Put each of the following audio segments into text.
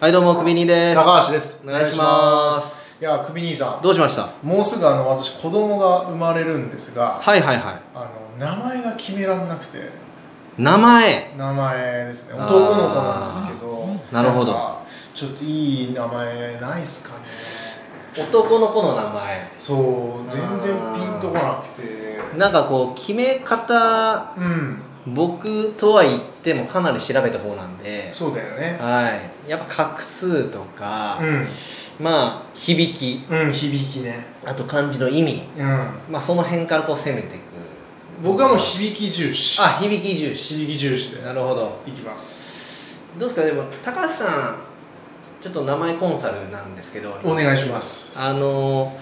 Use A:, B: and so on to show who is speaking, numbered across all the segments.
A: はいどうもクビニーです
B: 高橋です
A: お願いします
B: いやクビ兄さん
A: どうしました
B: もうすぐあの私子供が生まれるんですが、
A: はいはいは
B: あの名前が決めらんなくて
A: い名前
B: 名前ですね
A: あー
B: 男の子なんですけど
A: なるほど
B: んかちょっといい名前ないっすかね
A: 男の子の名前
B: そう全然ピンとこなくて
A: なんかこう決め方
B: うん
A: 僕とは言ってもかなり調べた方なんで
B: そうだよね
A: はいやっぱ画数とか、
B: う
A: まあ響き
B: ん、うん、響きね
A: あと漢字の意味
B: うん
A: まあその辺からこう攻めていく
B: 僕はもう響き重視
A: あ響き重視
B: 響き重視で
A: なるほど
B: いきます
A: どうですかでも高橋さんちょっと名前コンサルなんですけど
B: お願いします
A: あの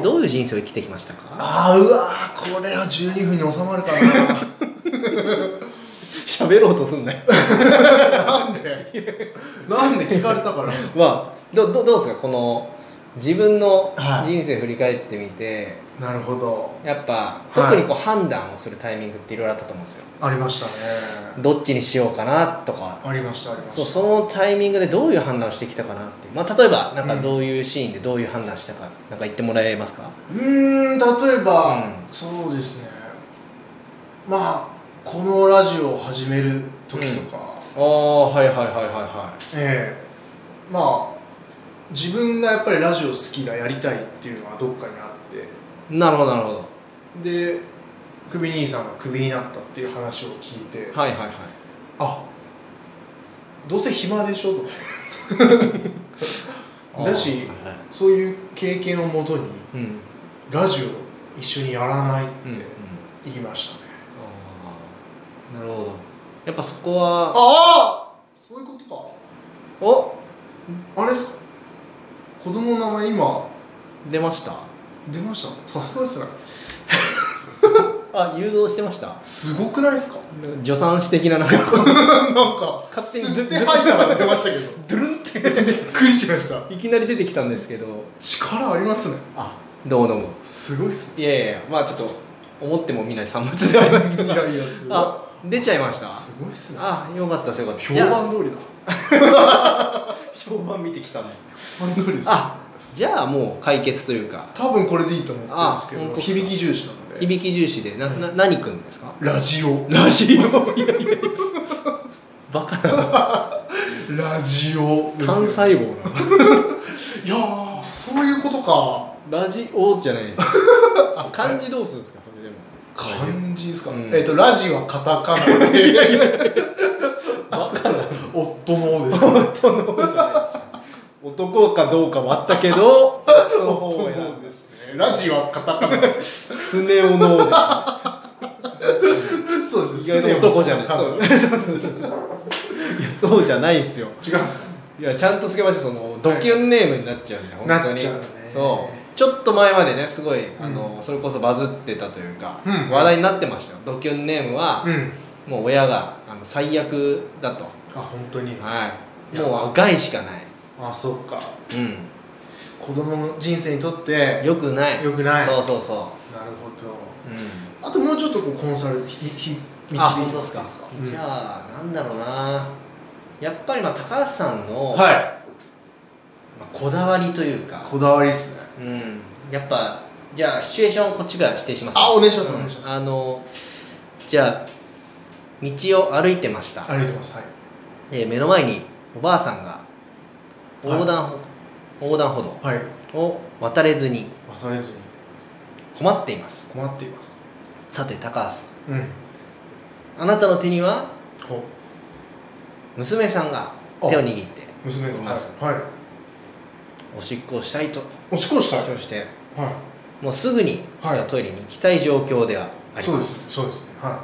A: どういう人生を生きてきましたか
B: あーうわーこれは12分に収まるかな
A: 喋ろうとすん なよ
B: なんでなんで聞かれたから
A: まあどどどうですかこの自分の
B: はい
A: 人生振り返ってみて、
B: なるほど
A: やっぱ
B: はい
A: 特にこう判断をするタイミングっていろいろあったと思うんですよ、
B: ありましたね
A: どっちにしようかなとか
B: ありましたありました
A: そうそのタイミングでどういう判断をしてきたかなっていう、まあ、例えばなんかどういうシーンでどういう判断したか、なんか言ってもらえますか
B: うーん例えば、
A: うん
B: そうですねまあこのラジオを始める時とか、
A: ああはいはいはいはいは
B: ええまあ自分がやっぱりラジオ好きだやりたいっていうのはどっかにあって
A: いなるほどなるほど
B: でクビ兄さんがクビになったっていう話を聞いて、
A: はいはいはい
B: あどうせ暇でし ょとか
A: あー
B: だし
A: はいはい
B: そういう経験をもとに
A: うんうん
B: ラジオ一緒にやらないって
A: うん
B: 言いましたね、
A: あーなるほどやっぱそこは
B: ああそういうこと
A: お
B: かあれっす子供の名前今
A: 出ました
B: 出ましたさすがですね
A: あ誘導してました
B: すごくないですか
A: 助産師的ななんか
B: なんか
A: 勝手に
B: 吸って吐いたら出ましたけど
A: ドゥルンって
B: びっくりしました
A: いきなり出てきたんですけど
B: 力ありますね
A: あどうどうも
B: すごいっす
A: いやいやいやまあちょっと思っても見ない産物ではなく
B: ね いやいやすごい
A: あ出ちゃいました
B: すごいっすね
A: あよかったですよかった
B: 評
A: じゃあ
B: 判通りだ
A: 評判見てきたね
B: 評判通りです
A: あじゃあもう解決というか
B: 多分これでいいと思ってるんですけ
A: あ本
B: ど
A: 当ですか
B: 響き重視なので
A: 響き重視でなな何くんですか
B: ラジオ
A: ラジオいやいやいやバカな
B: ラジオですよ
A: 単細胞
B: いやーそういうことか
A: なラジオじゃないですか 漢字どうするんですかそれでも
B: 漢字ですか、
A: うん
B: えっ、とラジはカタカナで
A: バカな
B: 夫のですか
A: 男かどうかはあったけど夫の方を
B: 夫
A: 選
B: の
A: んだ
B: ですねラジはカタカナで
A: スネ夫の方
B: そう
A: で
B: ですす
A: 意外と男 じゃない
B: カタカナ違うん
A: そうそ
B: で
A: うそうそういやそうじゃないですよ
B: すか
A: いやちゃんとつけましょうそのドキュンネームになっちゃうじゃん、本当
B: なっ
A: に
B: ちゃうね
A: そうちょっと前までねすごいあの、それこそバズってたというか、
B: うん
A: 話題になってましたよドキュンネームは、
B: うん
A: もう親があの最悪だと
B: あ本当に
A: はい
B: や
A: もう害しかない
B: あそっか
A: うん
B: 子供の人生にとって
A: よくない
B: よくない
A: そうそうそ
B: なるほ
A: う
B: ど
A: うん
B: あともうちょっとこうコンサルひひ導いて
A: あ
B: もら
A: 本
B: って
A: 当
B: いい
A: ですか
B: うん
A: じゃあなんだろうなやっぱりまあ高橋さんの、
B: は
A: まあこだわりというか
B: いこだわりっすね
A: うんやっぱじゃあシチュエーションをこっちから指定します
B: あお願いします
A: うん
B: お願いします
A: あのじゃあ道を歩いてました、
B: ありがとうございますはい
A: で目の前におばあさんが
B: い
A: 横断,、横断歩道
B: はい
A: を渡れずに
B: 渡れずに
A: 困っています
B: 困っています
A: さて高橋さ
B: うん
A: んあなたの手には
B: こ
A: 娘さんが手を握って
B: う娘
A: い
B: が
A: ます
B: はい、はい、
A: おしっこをしたいと
B: おしっこしたい
A: 主張して
B: はい
A: もうすぐに、
B: はい
A: じゃあトイレに行きたい状況ではあります
B: そうですそうですねは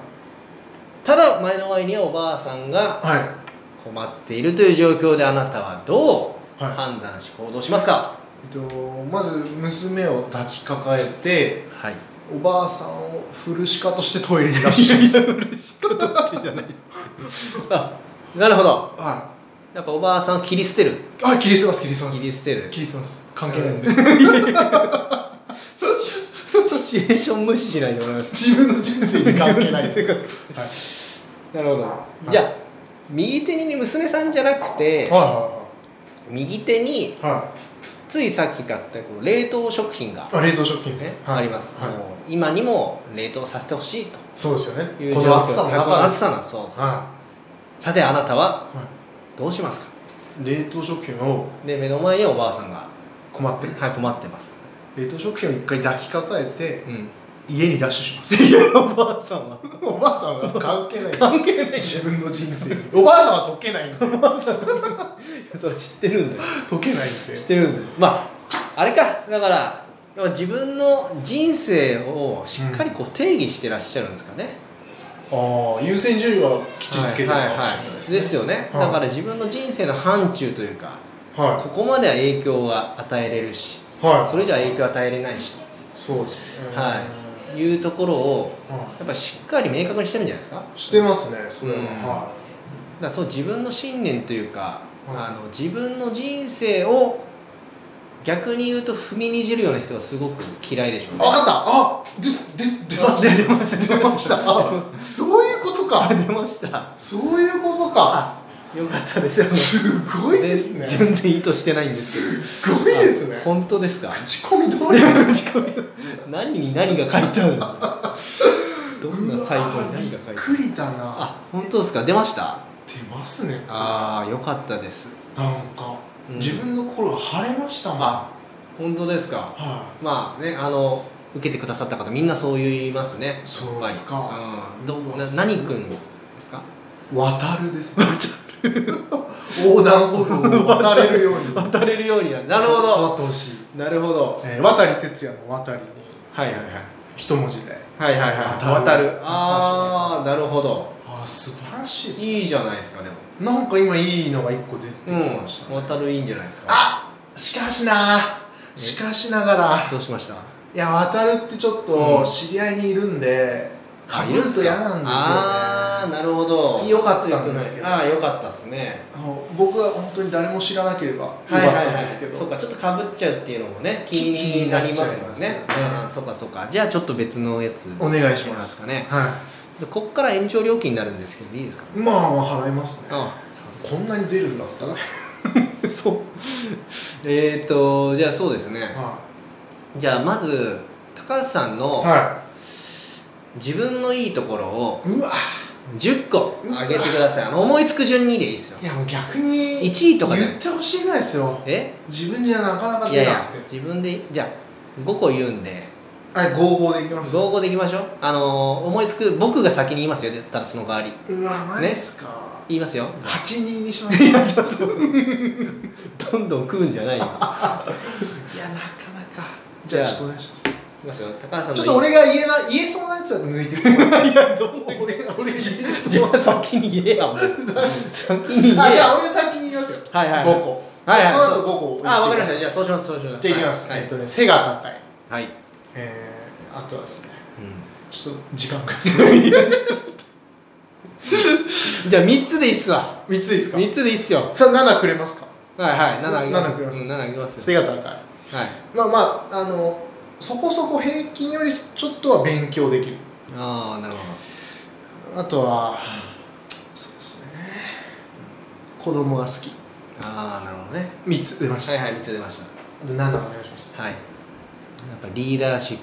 A: ただ前の前にはおばあさんが
B: いはい
A: 困っているという状況であなたはどう
B: はい
A: 判断し行動しますか
B: えっとまず娘を抱きかかえて
A: はい
B: おばあさんをフルシカとしてトイレに出してます
A: あなるほど
B: は
A: やっぱおばあさんを切り捨てる
B: いあ切り捨てます切り捨てます
A: 切り捨てる
B: 切り捨てます関係ないんで
A: シチュエーション無視しないでもらいます
B: 自分の人生に関係ないです はい
A: なるほどじゃあ右手にね娘さんじゃなくて
B: はいは
A: 右手に
B: は
A: ついさっき買ったこう冷凍食品が
B: いあ冷凍食品ね、はい、
A: あります、
B: はい
A: あの今にも冷凍させてほしいと
B: そうですよ
A: いう
B: ねこの暑さ
A: 状
B: の
A: 況この
B: 中
A: 暑
B: です
A: さのそうそう
B: は、
A: さてあなたはい
B: は
A: どうしますか
B: い、冷凍食品を
A: で目の前におばあさんが
B: 困ってる、
A: はい困ってます、
B: 冷凍食品を一回抱きかかえて
A: うん、
B: 家にダッシュします
A: おばあさんは
B: おばあさんは関係ない
A: 関係ない
B: 自分の人生におばあさんは溶けないんで
A: それ知ってるんだよ
B: 溶けないんで
A: 知ってるんだよまああれかだから要は自分の人生をしっかりこう定義してらっしゃるんですかね、
B: ああ優先順位はきちつけてるかもしれない
A: で
B: ですす
A: ね
B: ね、
A: ですよね、
B: はい
A: だから自分の人生の範疇というかこ
B: は
A: こまでは影響が与えれるし
B: いはい
A: それじゃ影響を与えれないし
B: そうですね
A: は
B: う
A: というところを
B: んは
A: やっぱしっかり明確にしてるんじゃないですかだか
B: いしてますねそれは、
A: うん
B: は
A: らそう自分の信念というか、
B: はい
A: あの自分の人生を逆に言うと踏みにじるような人がすごく嫌いでしょう
B: いあ分かったあ出出出ました
A: 出ました
B: 出ましたあそういうこと か
A: あ出ました
B: そういうことか
A: あよかったですよ
B: すごいですね
A: 全然意図してないん ですよ
B: すごいですね
A: あ本当 ですか
B: 口コミ通りです
A: 何に何が書いてある のどんなサイトに何が書いてある
B: びっくりだな
A: あ本当ですか出ました
B: 出ますね
A: ああよかったです
B: なんか、
A: うん
B: 自分の心が晴れましたもんは
A: あ本当ですか
B: い、
A: まあねあの受けてくださった方みんなそう言いますね
B: そうですか
A: やっぱりうんど
B: うわ
A: な
B: すごい
A: 何君ですか
B: 渡るです渡る横断歩道を渡れるよう に
A: 渡れるようになるなるほ
B: そ
A: ど
B: 触ってほしい、
A: なるほど
B: えー、渡り哲也の渡りに
A: はいはいはい
B: 一文字で
A: はいはいはい
B: 渡る
A: 渡るああなるほど
B: あー素晴らしいですね
A: いいじゃないですかでも
B: なんか今いいのが一個出てきました、
A: うん
B: ね
A: 渡るいいんじゃないですか
B: あしかしなしかしながら
A: どうしました
B: いや渡るってちょっ
A: うん
B: と知り合いにいるんで、かぶると嫌なんですよね
A: ああなるほど
B: 良かったんですけど
A: ああよかったですね
B: あの僕は本当に誰も知らなければよか
A: はいはい
B: ったん
A: は
B: で
A: い
B: すけど、
A: そうかちょっとかぶっちゃうっていうのもね気
B: 気
A: になります
B: 気に
A: も
B: なっ
A: ん
B: ちゃい
A: ね
B: ますよね
A: うんそうかそうかじゃあちょっと別のやつ
B: お願いします
A: かね
B: は
A: でこっから延長料金になるんですけどいいですか
B: いまあまあ払いますね
A: あそうそ
B: こんなに出るんだったらは
A: うそうえっとじゃあそうですね
B: い
A: じゃあまず高橋さんの
B: は
A: 自分のいいところを
B: いうわ
A: 10個あげてくださいあの思いつく順にでいいですよ
B: いやもう逆に
A: 1位とかで
B: 言ってほしいぐらいですよ
A: え
B: 自分じゃなかなか
A: いや
B: 出
A: い
B: な
A: や
B: くて
A: 自分でじゃあ5個言うんで
B: はい合合でいきます
A: 造語でいきましょうあのー思いつく僕が先に言いますよだったらその代わり
B: うわマジっすか、
A: 言いますよ
B: 八8人にしますいやなか
A: どんどん食うんじゃないよい
B: なかじゃあちょっとお願いします
A: きますよ高橋さんの
B: ちょっと俺が言えな言えそうなやつは抜いてくれ
A: いやどんどん
B: 俺俺言え
A: 自
B: そう
A: 分先に言え やもう先に言
B: あ
A: え
B: じゃ
A: や
B: あ俺先に言いますよ
A: はいはい
B: 5個
A: はいはい
B: その後5個
A: あわかりました
B: じゃ
A: じゃあそうしますそうします
B: あいきます、
A: はい
B: えっとね背が高い
A: はい、
B: えー、あとはですね
A: う
B: ちょっと時間が ですね
A: んじゃあ3つでいいっすわ
B: 3ついいですか
A: 3つでいいっすよ
B: さあ7くれますか
A: はいはい7あげます
B: 7くれます
A: うん、7あげます
B: 背
A: よ
B: が高い
A: はい
B: まあまああのそこそこ平均よりちょっとは勉強できる
A: ああなるほ
B: あとはそうですね子供が好き
A: どああなるほどね
B: 3つ出ました
A: はいはい3つ出まし
B: で7お願いします
A: たはいやっぱリーダーシッ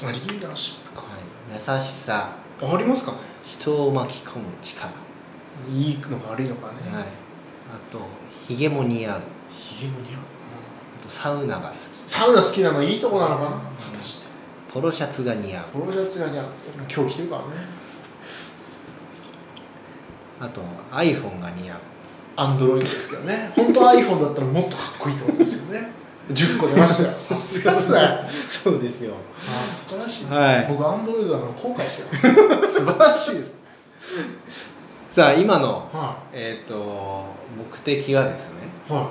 A: プ
B: あリーダーシップ
A: はい、優しさ
B: かありますかね
A: 人を巻き込む力、
B: いいのか悪いのかね、
A: はい、あとひげも似合う
B: ひげも似合う
A: あとサウナが好
B: サウナ好きなのいいとこなのかな果たして
A: きポロシャツが似合う
B: ポロシャツが似合う今日着てるからね
A: あと iPhone が似合う
B: アンドロイドですけどね本当は iPhone だったらもっとかっこいいと思うんですよね 10個出ましたよさすがっすねあ
A: そうですよ
B: ー素晴らしい、
A: はい
B: 僕アンドロイドなの後悔してます 素晴らしいです
A: さあ今の
B: は
A: えっ、と目的はですね
B: いは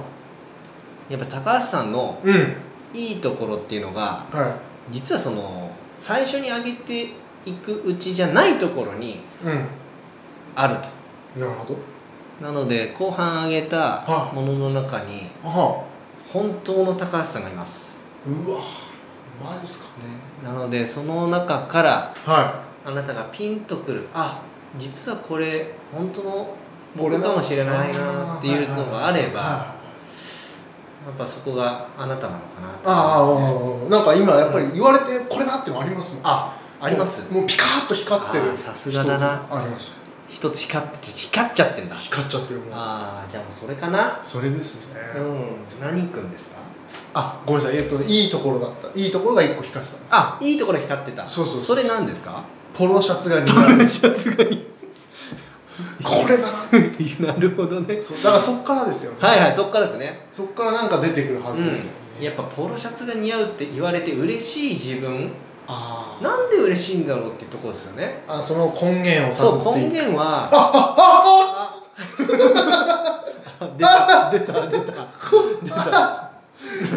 A: やっぱ高橋さんの
B: いうん
A: いいところっていうのが
B: は
A: 実はその最初に上げていくうちじゃないところに
B: いうん
A: あると
B: なるほど
A: なので後半上げた
B: は
A: ものの中に
B: は
A: 本当の高橋さんがいます
B: あうわマジです
A: なのでその中から
B: かは
A: あなたがピンとくるあ実はこれ本当の
B: い
A: 僕かもしれないなっていうのがあれ
B: は
A: ばっぱそこがあなたなのかなって
B: ああ、
A: 思いますね
B: うんなんか今やっぱり言われてこれだってのありますもん
A: ああります
B: もうピカーッと光って
A: あー
B: る
A: さすがだな
B: 一つあります
A: 一つ光って光っちゃってんだ
B: 光っちゃってるもん
A: ああじゃあもうそれかな
B: それですね、
A: うん何くんですか
B: あごめんなさいえっといいところだったいいところが一個光ってたんです
A: あいいところ光ってた
B: そうそうそう
A: それ何です か
B: ポロシャツが似 合う
A: さすがに
B: これだな
A: なるほどね
B: そうだからそっからですよね、
A: はいはいそっからですね
B: そっからなんか出てくるはずですよね、
A: うん、やっぱポロシャツが似合うって言われて嬉しい自分
B: あー
A: なんで嬉しいんだろうってとこですよね
B: あその根源を
A: そう
B: 探って
A: 根
B: いく
A: 源は
B: あああ
A: ああ出た出た出た出た
B: あ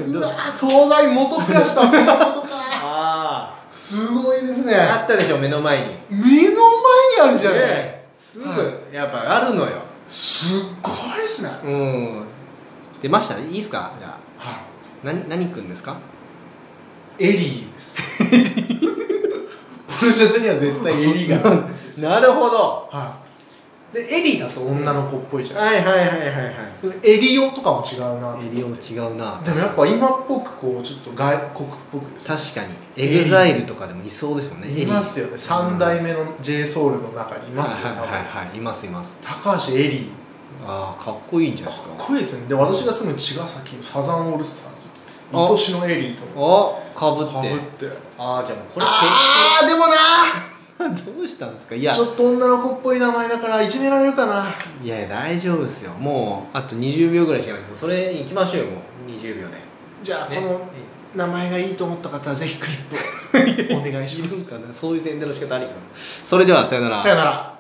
B: うわ東大元暮らしたこんなことか
A: あ
B: すごいですね
A: ああったでしょ目の前に
B: 目の前にあるじゃない、
A: ねすぐ、やっぱあるのよ
B: すっごいですね、
A: うん出ましたいいですかじゃあ
B: は
A: 何何くんですか
B: いエリーです ポロシャツには絶対エリーがあるんですよ
A: なるほど
B: はいでエリーだと女の子っぽいじゃない
A: はい
B: ですか、
A: はいはいはいはい
B: でもエリオとかも違うなと
A: エリオ違うな
B: でもやっぱ今っぽくこうちょっと外国っぽくですね
A: 確かにエグザイルとかでもいそうですもんね
B: いますよね3代
A: い
B: 目の j ソ u l の中にいますよ
A: はい
B: 多
A: はい
B: 分
A: はい、はい、いますいます
B: 高橋エリ
A: ああかっこいいんじゃ
B: ー
A: ないで
B: か
A: す
B: っ
A: か
B: こいいですねで私が住む茅ヶ崎のサザンオールスター
A: あ
B: ズ愛しのエリーと
A: あかぶ
B: か
A: っ
B: ぶ
A: て
B: って
A: ああじゃあもうこれ
B: ああでもな
A: 決定 どうしたんですかいや
B: ちょっと女の子っぽい名前だからいじめられるかない
A: や大丈夫ですよもうあと20秒ぐらいしかないそれ行きましょうよもう20秒で、ね、
B: じゃあこの名前がいいと思った方はぜひクリップをお願いし
A: い
B: ま
A: るん
B: す
A: かなそういう宣伝の仕方ありかなそれではさよなら
B: さよなら